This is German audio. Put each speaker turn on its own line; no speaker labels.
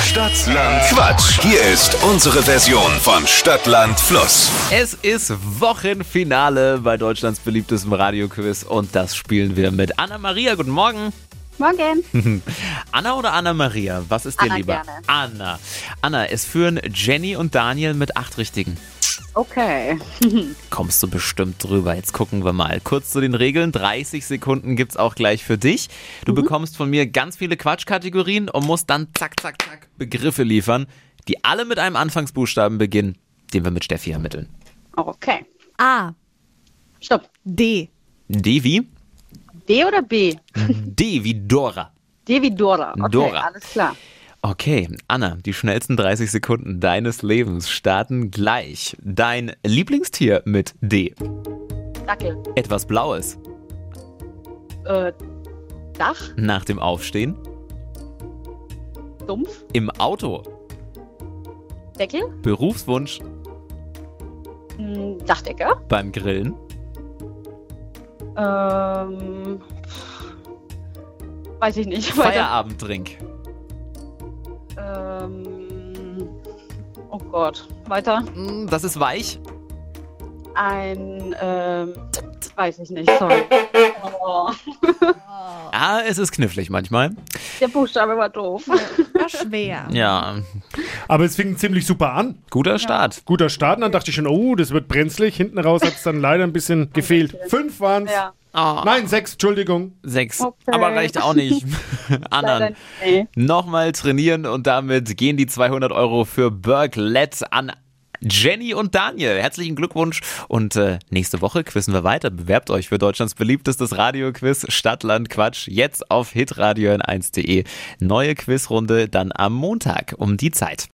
Stadtland Quatsch. Hier ist unsere Version von Stadtland Fluss.
Es ist Wochenfinale bei Deutschlands beliebtestem Radioquiz und das spielen wir mit Anna-Maria. Guten Morgen.
Morgen.
Anna oder Anna-Maria? Was ist dir
Anna
lieber?
gerne.
Anna. Anna, es führen Jenny und Daniel mit acht Richtigen.
Okay.
Kommst du bestimmt drüber. Jetzt gucken wir mal. Kurz zu den Regeln. 30 Sekunden gibt's auch gleich für dich.
Mhm.
Du bekommst von mir ganz viele Quatschkategorien und musst dann zack, zack, zack Begriffe liefern, die alle mit einem Anfangsbuchstaben beginnen, den wir mit Steffi ermitteln.
Okay.
A.
Stopp.
D.
D wie?
D oder B?
D wie Dora.
D wie Dora. Okay,
Dora.
alles klar.
Okay, Anna, die schnellsten 30 Sekunden deines Lebens starten gleich. Dein Lieblingstier mit D.
Dackel.
Etwas Blaues.
Äh, Dach.
Nach dem Aufstehen.
Dumpf.
Im Auto.
Deckel.
Berufswunsch.
Hm, Dachdecke.
Beim Grillen.
Ähm, pff, weiß ich nicht. Weiter.
Feierabendtrink.
Ähm, oh Gott. Weiter.
Mm, Das ist weich.
Ein, ähm, weiß ich nicht. Sorry. Oh,
Ah, es ist knifflig manchmal.
der Buchstabe war doof.
War schwer.
Ja,
Aber es fing ziemlich super an.
guter Start.
Guter Start. Und dann dachte ich schon, oh, das wird brenzlig. Hinten raus hat es dann leider ein bisschen gefehlt. Fünf waren es.
Ja.
Ah,
Nein, sechs, Entschuldigung.
sechs.
Okay.
Aber reicht auch nicht.
Leider
Anna,
nicht. Nee.
nochmal trainieren und damit gehen die 200 Euro für Berglet an Jenny und Daniel. Herzlichen Glückwunsch und äh, nächste Woche quizzen wir weiter. Bewerbt euch für Deutschlands beliebtestes Radioquiz Stadtland Quatsch jetzt auf hitradio1.de. Neue Quizrunde dann am Montag um die Zeit.